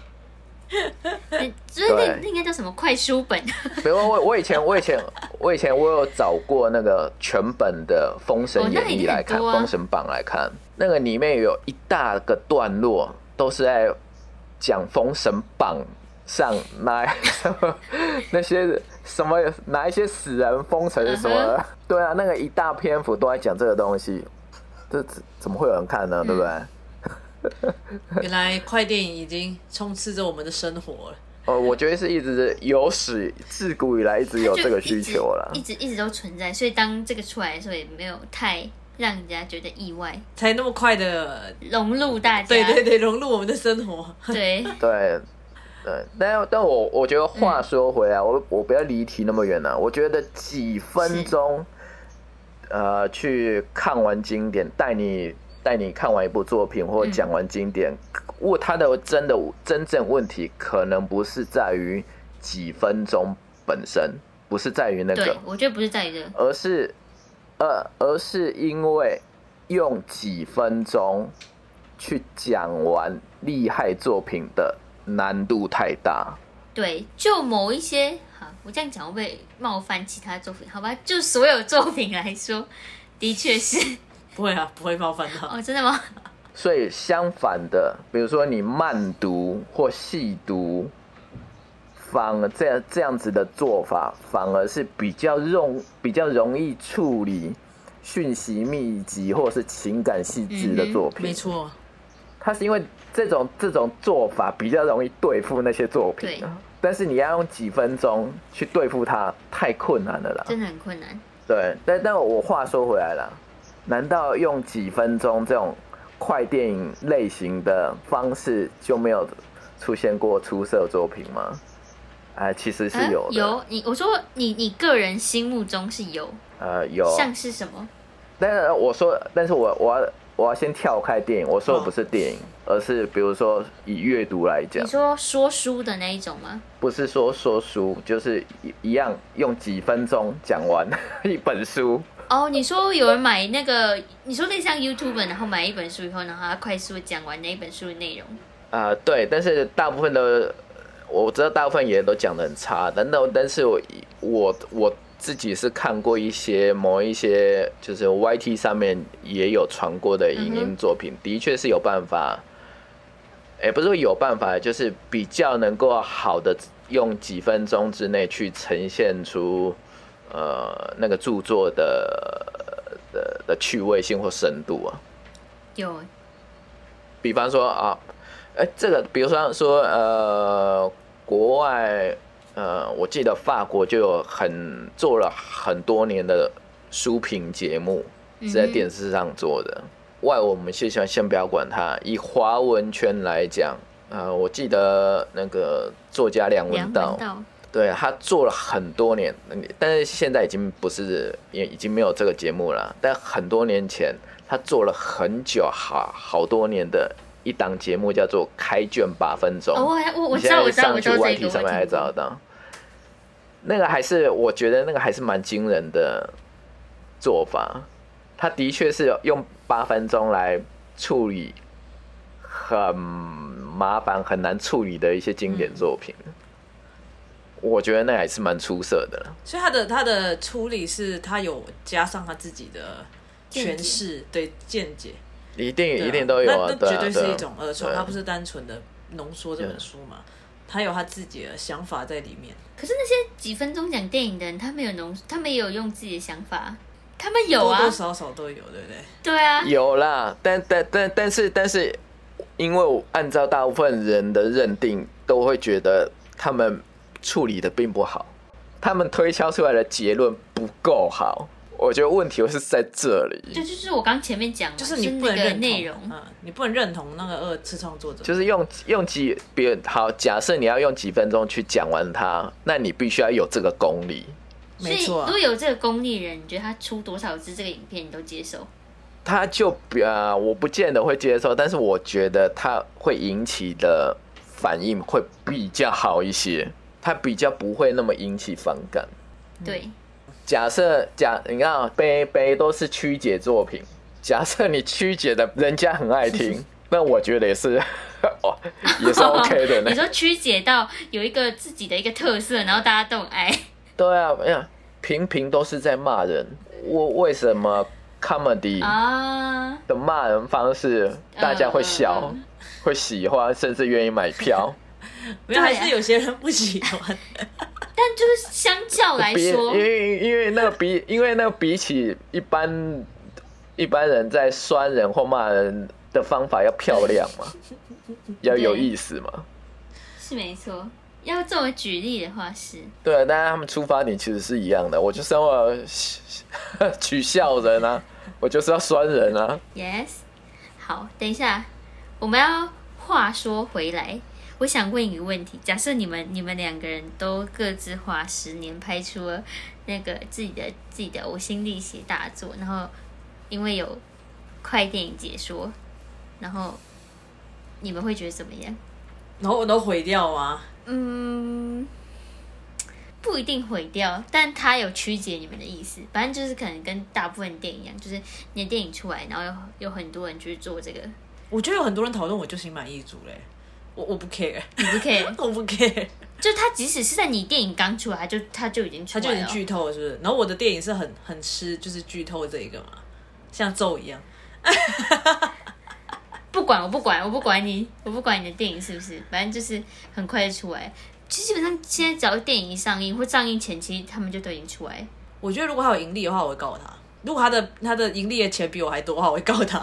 那所以那
对
那应该叫什么快书本？
比如我我以前我以前我以前我有找过那个全本的《封神
哦那
演
一
义
定》
来
很
看，
多啊
封神榜》来看，那个里面有一大个段落都是在讲《封神榜》上那 那些什么哪一些死人封神什么的
嗯
对啊，那个一大篇幅都在讲这个东西，这怎怎么会有人看呢？对不对？
嗯
原来快电影已经充斥着我们的生活了。
哦，我觉得是一直有史自古以来一 直有这个需求了
一。直一直一直都存在。所以当这个出来的时候，也没有太让人家觉得意外，
才那么快的，
融入大家。
对对对，融入我们的生活。
对
对，对，但但我我觉得
嗯
话说回来，我我不要离题那么远了、我觉得几分钟，呃，去看完经典，带你带你看完一部作品
嗯
或讲完经典，问、它的真的真正问题，可能不是在于几分钟本身，不是在于那个
对，，我觉得不是在于这个，
而是，呃，而是因为用几分钟去讲完厉害作品的难度太大。
对，就某一些，好，我这样讲会不会冒犯其他作品？好吧，就所有作品来说，的确是
不会啊，不会冒犯到。
哦，真的吗？
所以相反的，比如说你慢读或细读，反而这样这样子的做法，反而是比较容比较容易处理讯息密集或是情感细致
嗯
的
哼
作品。
没错，
他是因为这种这种做法比较容易对付那些作品
对
啊，但是你要用几分钟去对付它，太困难了啦。
真的很困难。
对，但但我话说回来了，难道用几分钟这种快电影类型的方式就没有出现过出色作品吗？哎，其实是
啊
有的，
有你，我说你你个人心目中是有，
呃有，
像是什么？
但是我说，但是我我要我要先跳开电影，我说的不是电影，而是比如说以阅读来讲
你，说说书的那一种吗？
不是说说书，就是一一样用几分钟讲完 一本书。
哦，你说有人买那个，你说类似像 YouTube，然后买一本书以后，然后他快速地讲完那一本书的内容。
啊、对，但是大部分的我知道，大部分也都讲的很差。但但但是我我我自己是看过一些某一些就是 YT 上面也有传过的影
嗯
音作品，的确是有办法，也不是说有办法，就是比较能够好的用几分钟之内去呈现出呃那个著作的的的趣味性或深度啊。
有
比方说啊，哎，这个比如说说呃，国外呃，我记得法国就有很做了很多年的书评节目是
嗯
在
哼
电视上做的。外文我们先先先不要管它，以华文圈来讲，呃，我记得那个作家梁
梁
文
文
道，
道，
对他做了很多年，嗯但是现在已经不是也已经没有这个节目了。但很多年前，他做了很久好好多年的一档节目，叫做《开卷八分钟》。
哦，我还我我
你
知
现
道
在
我知道
上
我知
去
道这
YT
个，
上面
我
还
听
找
过
得到。那个还是我觉得那个还是蛮惊人的做法，他的确是用八分钟来处理很麻烦、很难处理的一些经
嗯
典作品。我觉得那还是蛮出色的了。
所以他的他的处理是他有加上他自己的诠释，对见解，
一定、
对啊
一定都有啊
那，
对
那
啊
绝对
啊
是一种二创，
对啊嗯
他不是单纯的浓缩这本书嘛，他有他自己的想法在里面。
可是那些几分钟讲电影的人，他们有浓，他们也有用自己的想法，他们有啊
多，多少嗯少都有，对不对？
对啊，
有啦，但但但但是但是，因为我按照大部分人的认定，都会觉得他们处理的并不好，他们推敲出来的结论不够好。我觉得问题是在这
就
里，
就是我刚前面讲嘛，
就是是你不
那
能
个
认
内
同
容，，
嗯，你不能认同那个二次创作者，
就是用用几别人好，假设你要用几分钟去讲完它，那你必须要有这个功力。
所
没
以
错
如
啊
果。有这个功力人，你觉得他出多少支这个影片你都接受？
他就比呃，我不见得会接受，但是我觉得他会引起的反应会比较好一些，他比较不会那么引起反感。
嗯
对，
假设假，你看啊，杯杯都是曲解作品。假设你曲解的人家很爱听， 那我觉得也是 哦，也是 OK 的
你
呢。
说曲解到有一个自己的一个特色，然后大家都很爱，
对啊，哎呀，平平都是在骂人，我为什么 comedy
嗯
啊，
的骂人方式大家会笑
嗯嗯、
会喜欢，甚至愿意买票？
没有，
对
还
啊
是有些人不喜 欢。
但就是相较来
比
说
因，为因为那个比因为那个比起一般一般人在酸人或骂人的方法要漂亮 嘛，要有意思嘛。
是没错。要作为举例的话是，
对，啊但是他们出发点其实是一样的，我就是要 取笑人啊，我就是要酸人啊。
Yes，好，等一下，我们要话说回来，我想问一个问题：假设你们你们两个人都各自花十年拍出了那个自己的自己的呕心沥血大作，然后因为有快电影解说，然后你们会觉得怎么样？
然后我都毁掉啊吗？
嗯，不一定毁掉，但它有曲解你们的意思。反正就是可能跟大部分电影一样，就是你的电影出来，然后有有很多人去做这个。
我觉得有很多人讨论我就心满意足嘞，我我不 care，
你不 care，
我不 care，
就他即使是在你电影刚出来，他就他就已经出
他
来
就已
了
经
哦。
剧透了，是不是？然后我的电影是很很吃就是剧透这一个嘛，像咒一样。
不管我不管我不管你，我不管你的电影是不是，反正就是很快就出来。其实基本上现在只要电影一上映或上映前期，他们就都已经出来了。
我觉得如果他有盈利的话，我会告他；如果他的他的盈利的钱比我还多的话，我会告他。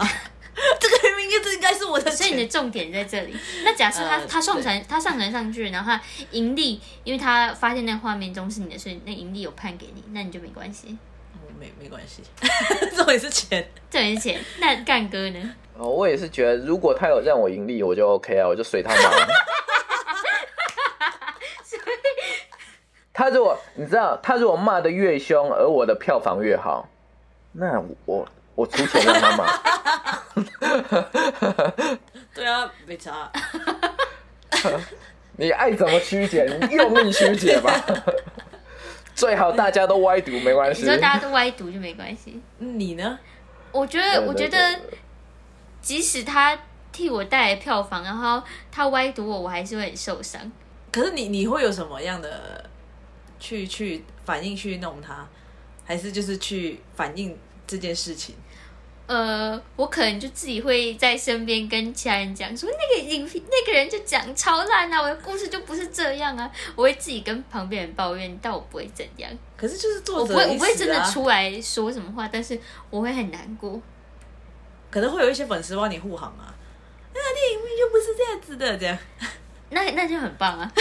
这个明明这应该是我的
所以你的
钱，
重点在这里。那假设他
呃
他上传他上传上去，然后他盈利，因为他发现那个画面中是你的，所以那盈利有判给你，那你就没关系。
我哦没没关系， 这也是钱。
这很显，那干哥呢？
哦，我也是觉得，如果他有让我盈利，我就 OK 啊，我就随他 忙。他如果你知道，他如果骂的越凶，而我的票房越好，那我我出钱让他骂。
对啊，没差。
你爱怎么曲解，你用力曲解吧。 最好大家都歪读没关
你
系
说。大家都歪读就没关系。
你呢？
我觉
对
得，
对
我觉
对
得即使他替我带来票房，然后他歪读我，我还是会很受伤。
可是你你会有什么样的去去反应去弄他，还是就是去反应这件事情？
呃，我可能就自己会在身边跟其他人讲说，那个影评那个人就讲超烂啊，我的故事就不是这样啊，我会自己跟旁边人抱怨，但我不会怎样，
可是就是
我
作
不
者、啊
会我不会真的，出来说什么话，但是我会很难过。
可能会有一些粉丝帮你护航啊。那电影明明就不是这样子的，这样。
那那就很棒啊！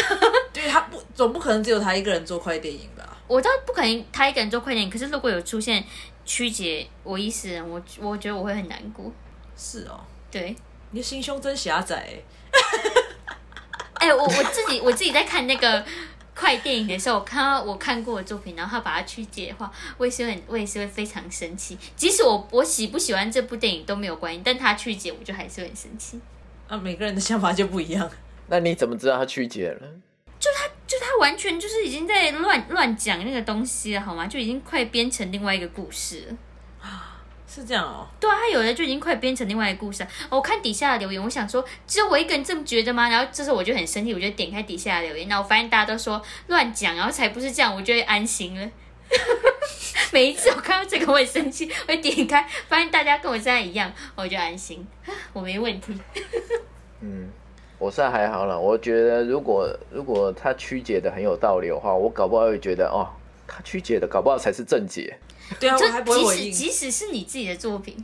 对他不总不可能只有他一个人做快电影吧？
我倒不可能他一个人做快点，可是如果有出现曲解我意思的人，我我觉得我会很难过。
是哦，
对，
你的心胸真狭窄欸。
哎、我我自己我自己在看那个快电影的时候，我看到我看过的作品，然后他把它曲解的话，我也是会很我也是会非常生气。即使我我喜不喜欢这部电影都没有关系，但他曲解我就还是会很生气。
啊，每个人的想法就不一样。
那你怎么知道他曲解了？
就他完全就是已经在乱乱讲那个东西了，好吗？就已经快编成另外一个故事了。
是这样哦，
对啊，他有的就已经快编成另外一个故事了、哦我看底下的留言，我想说，只有我一个人这么觉得吗？然后这时候我就很生气，我就点开底下的留言，然后我发现大家都说乱讲，然后才不是这样，我就会安心了。 每一次我看到这个我很生气，我点开发现大家跟我现在一样，我就安心， 我没问题。
嗯，我是还好啦，我觉得如果如果他曲解的很有道理的话，我搞不好会觉得哦，他曲解的搞不好才是正解。
对啊，我还不
就即
会回
使
应，
即使是你自己的作品，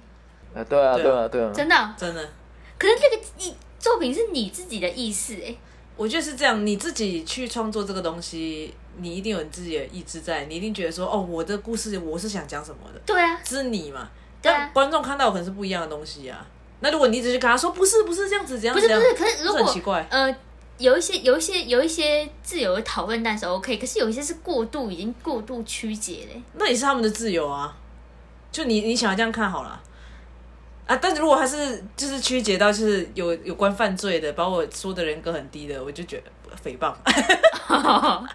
啊，对啊，
对啊
对啊，对啊。
真的哦、
真的。
可是这个意作品是你自己的意思哎、
我觉得是这样，你自己去创作这个东西，你一定有你自己的意志在，你一定觉得说，哦，我的故事我是想讲什么的，
对啊，
是你嘛？
对啊
但观众看到可能是不一样的东西啊。那如果你一直去跟他说不是不是这样子，这样
不是
这
不
样
是，可是如
这很
果
奇怪。
呃，有一些、有一些、有一些自由的讨论，但是 OK。可是有一些是过度，已经过度曲解 嘞。
那也是他们的自由啊，就你你想要这样看好了啊。但是如果他是就是曲解到就是有有关犯罪的，把我说的人格很低的，我就觉得诽谤。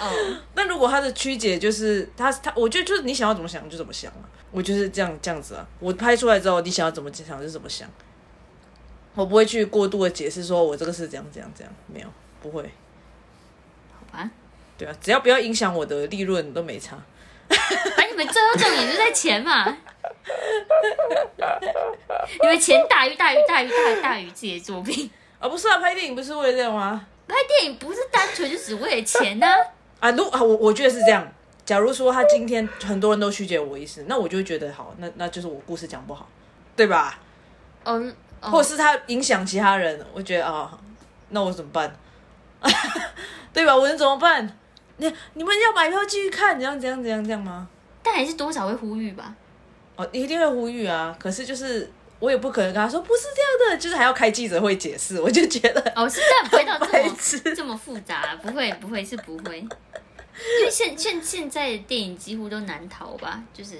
哦，
那如果他的曲解就是他他，我觉得就是你想要怎么想就怎么想啊，我就是这样这样子啊。我拍出来之后，你想要怎么想就怎么想，我不会去过度的解释说我这个是怎样怎样怎样，没有不会。
好吧，
对啊，只要不要影响我的利润都没差。
反正你们最后重点就在钱嘛。你们钱大于大于大于大于大于自己的作品，
啊，不是啊，拍电影不是为了这样吗？
拍电影不是单纯就只为了钱呐、
啊，如啊，我我觉得是这样。假如说他今天很多人都曲解我意思，那我就会觉得好，那那就是我故事讲不好，对吧？
哦哦，
或者是他影响其他人，我觉得啊、那我怎么办？ 对吧？我能怎么办？你你们要买票继续看，怎样怎样怎样这样吗？
但还是多少会呼吁吧。
哦，一定会呼吁啊。可是就是我也不可能跟他说不是这样的，就是还要开记者会解释，我就觉得
哦，是但不会到这
白
么
痴
这么复杂、不会不会是不会，因为现现现在的电影几乎都难逃吧，就是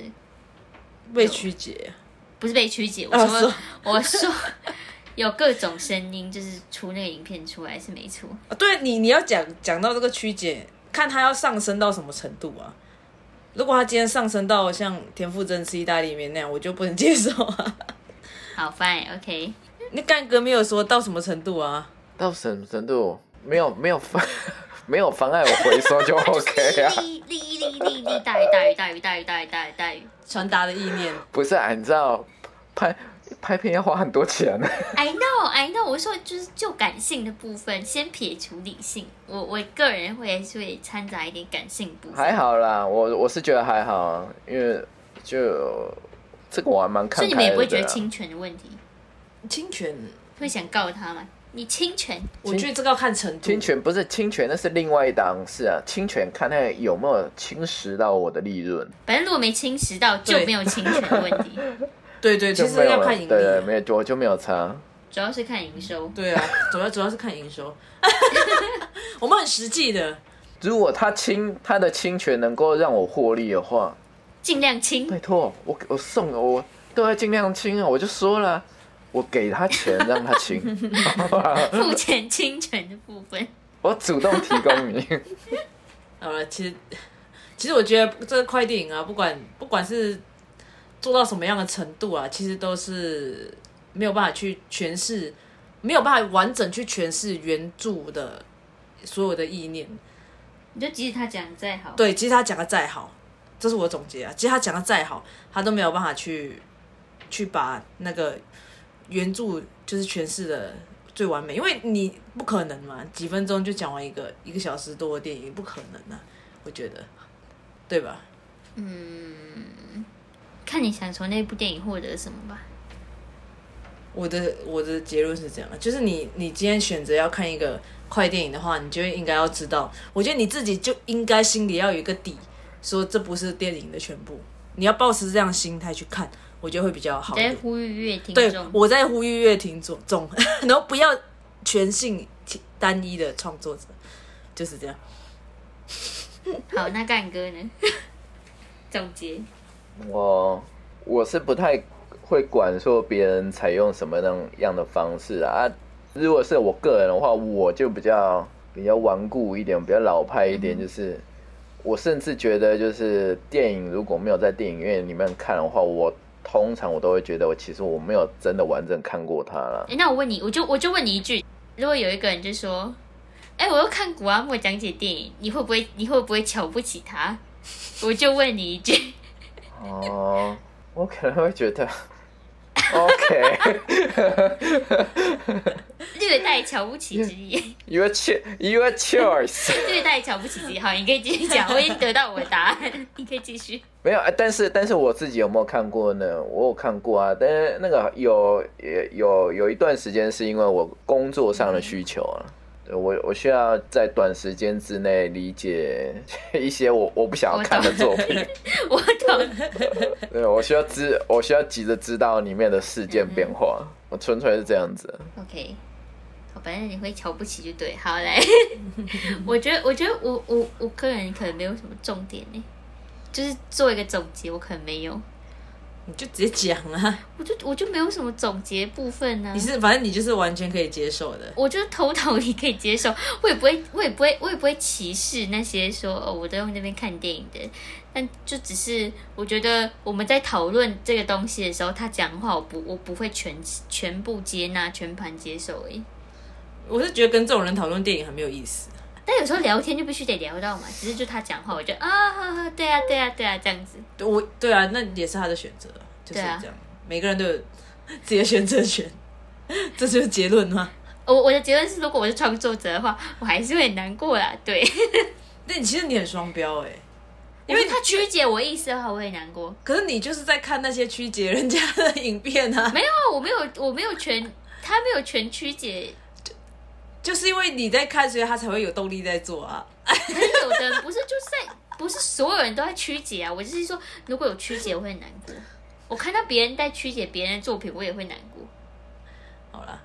被曲解。
不是被曲解，我
啊
说、
是
我说有各种声音，就是出那个影片出来是没错，
啊对你，你要讲讲到这个曲解，看他要上升到什么程度啊？如果他今天上升到像田馥甄吃意大利面那样，我就不能接受啊！
好 fine OK，
那干哥没有说到什么程度啊？
到什么程度？没有没有妨 没有妨碍我回收 就 OK 啊。
利利利利利大于大于大于大于大于大于大于，
传达的意 念，
不是啊按照拍拍片要花很多钱，啊
I know, I know。我说就是就感性的部分，先撇除理性，我我个人会还是会掺杂一点感性部分。
还好啦，我我是觉得还好啊，因为就这个我还蛮
所
看
以你们
开
也
的。
不会觉得
对啊
侵权的问题，
侵权，
会想告他吗？你侵权，
我觉得这个要看程度。
侵权不是侵权，那是另外一档事啊。侵权看那有没有侵蚀到我的利润，
反正如果没侵蚀到，就
对
没有侵权的问题，
对 对，其
就
实
没有
要
了
看盈利
对对，
啊。
没有，我就没有差。
主要是看营收。
对啊，主要主要是看营收。 我们很实际的，
如果他侵他的侵权能够让我获利的话，
尽量清，
拜托，我我送我都要尽量清啊！我就说了，我给他钱让他清，
付钱侵权的部分。
我主动提供你。
好了，呃其实其实我觉得这个快电影啊，不管不管是做到什么样的程度啊，其实都是没有办法去诠释，没有办法完整去诠释原著的所有的意念。
你就即使他讲得再好，
对，其实他讲的再好，这是我总结啊，其实他讲的再好，他都没有办法去去把那个原著就是诠释的。最完美，因为你不可能嘛，几分钟就讲完一个一个小时多的电影，不可能啊，我觉得，对吧？
嗯，看你想从那部电影获得什么吧。
我的我的结论是这样，就是你你今天选择要看一个快电影的话，你就应该要知道，我觉得你自己就应该心里要有一个底，说这不是电影的全部，你要抱持这样的心态去看，我觉得会比较好一
在
点。
呼吁乐听
对
众，，
我在呼吁乐听众众， 然后不要全信单一的创作者，就是这样。
好，那干哥呢？ 总结，
我我是不太会管说别人采用什么样样的方式啊。啊如果是我个人的话，我就比较比较顽固一点，比较老派一点，就是我甚至觉得，就是电影如果没有在电影院里面看的话，我通常我都会觉得我其实我没有真的完整看过它了。
诶那我问你，我就我就问你一句，如果有一个人就说，哎、我要看古阿莫讲解电影，你会不会你会不会瞧不起他？ 我就问你一句，
哦，我可能会觉得 ，OK。
略带瞧不起之意，。
Your choice, your choice
略带瞧不起之意。好，你可以继续 讲，我已经得到我的答案，你可以继 续。
没有，啊但是但是我自己有没有看过呢？我有看过啊，但是那个有也有有一段时间是因为我工作上的需求啊，我我需要在短时间之内理解 一些我我不想要看的作品，
我懂，
对我需要知我需要急着知道里面的事件变化，我纯粹是这样子。
OK，好，反正你会瞧不起就对。好 来，我觉得，我觉得我我我个人可能没有什么重点呢，就是做一个总结，我可能没有，
你就直接讲啊，
我就我就没有什么总结部分呢、
你是反正你就是完全可以接受的。
我就是头头你可以接受， 我也不会，我也不会，我也不会歧视那些说哦我在那边看电影的人，但就只是我觉得我们在讨论这个东西的时候，他讲话我不我不会全全部接纳、全盘接受而已。
我是觉得跟这种人讨论电影很没有意思。
但有时候聊天就必须得聊到嘛，只是就他讲话，我就啊，呵呵对啊，对啊，对啊，这样子。
对我对啊，那也是他的选择，就是
对啊
这样。每个人都有自己的选择权，这就是结论吗？
我我的结论是，如果我是创作者的话，我还是会很难过啦。 对，
但其实你很双标哎、
因为他曲解我意思的话，我会难过。
可是你就是在看那些曲解人家的影片啊，
没有，我没有，我没有全，他没有全曲解。
就是因为你在看，所以他才会有动力在做啊。
可是有的人不是就是在，不是所有人都在曲解啊。我就是说，如果有曲解，我会很难过。我看到别人在曲解别人的作品，我也会难过。
好啦，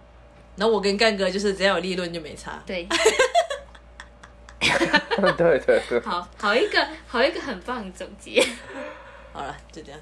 然后我跟干哥就是只要有利润就没差。
对，
对对对，
好好一个好一个很棒的总结。
好了，就这样。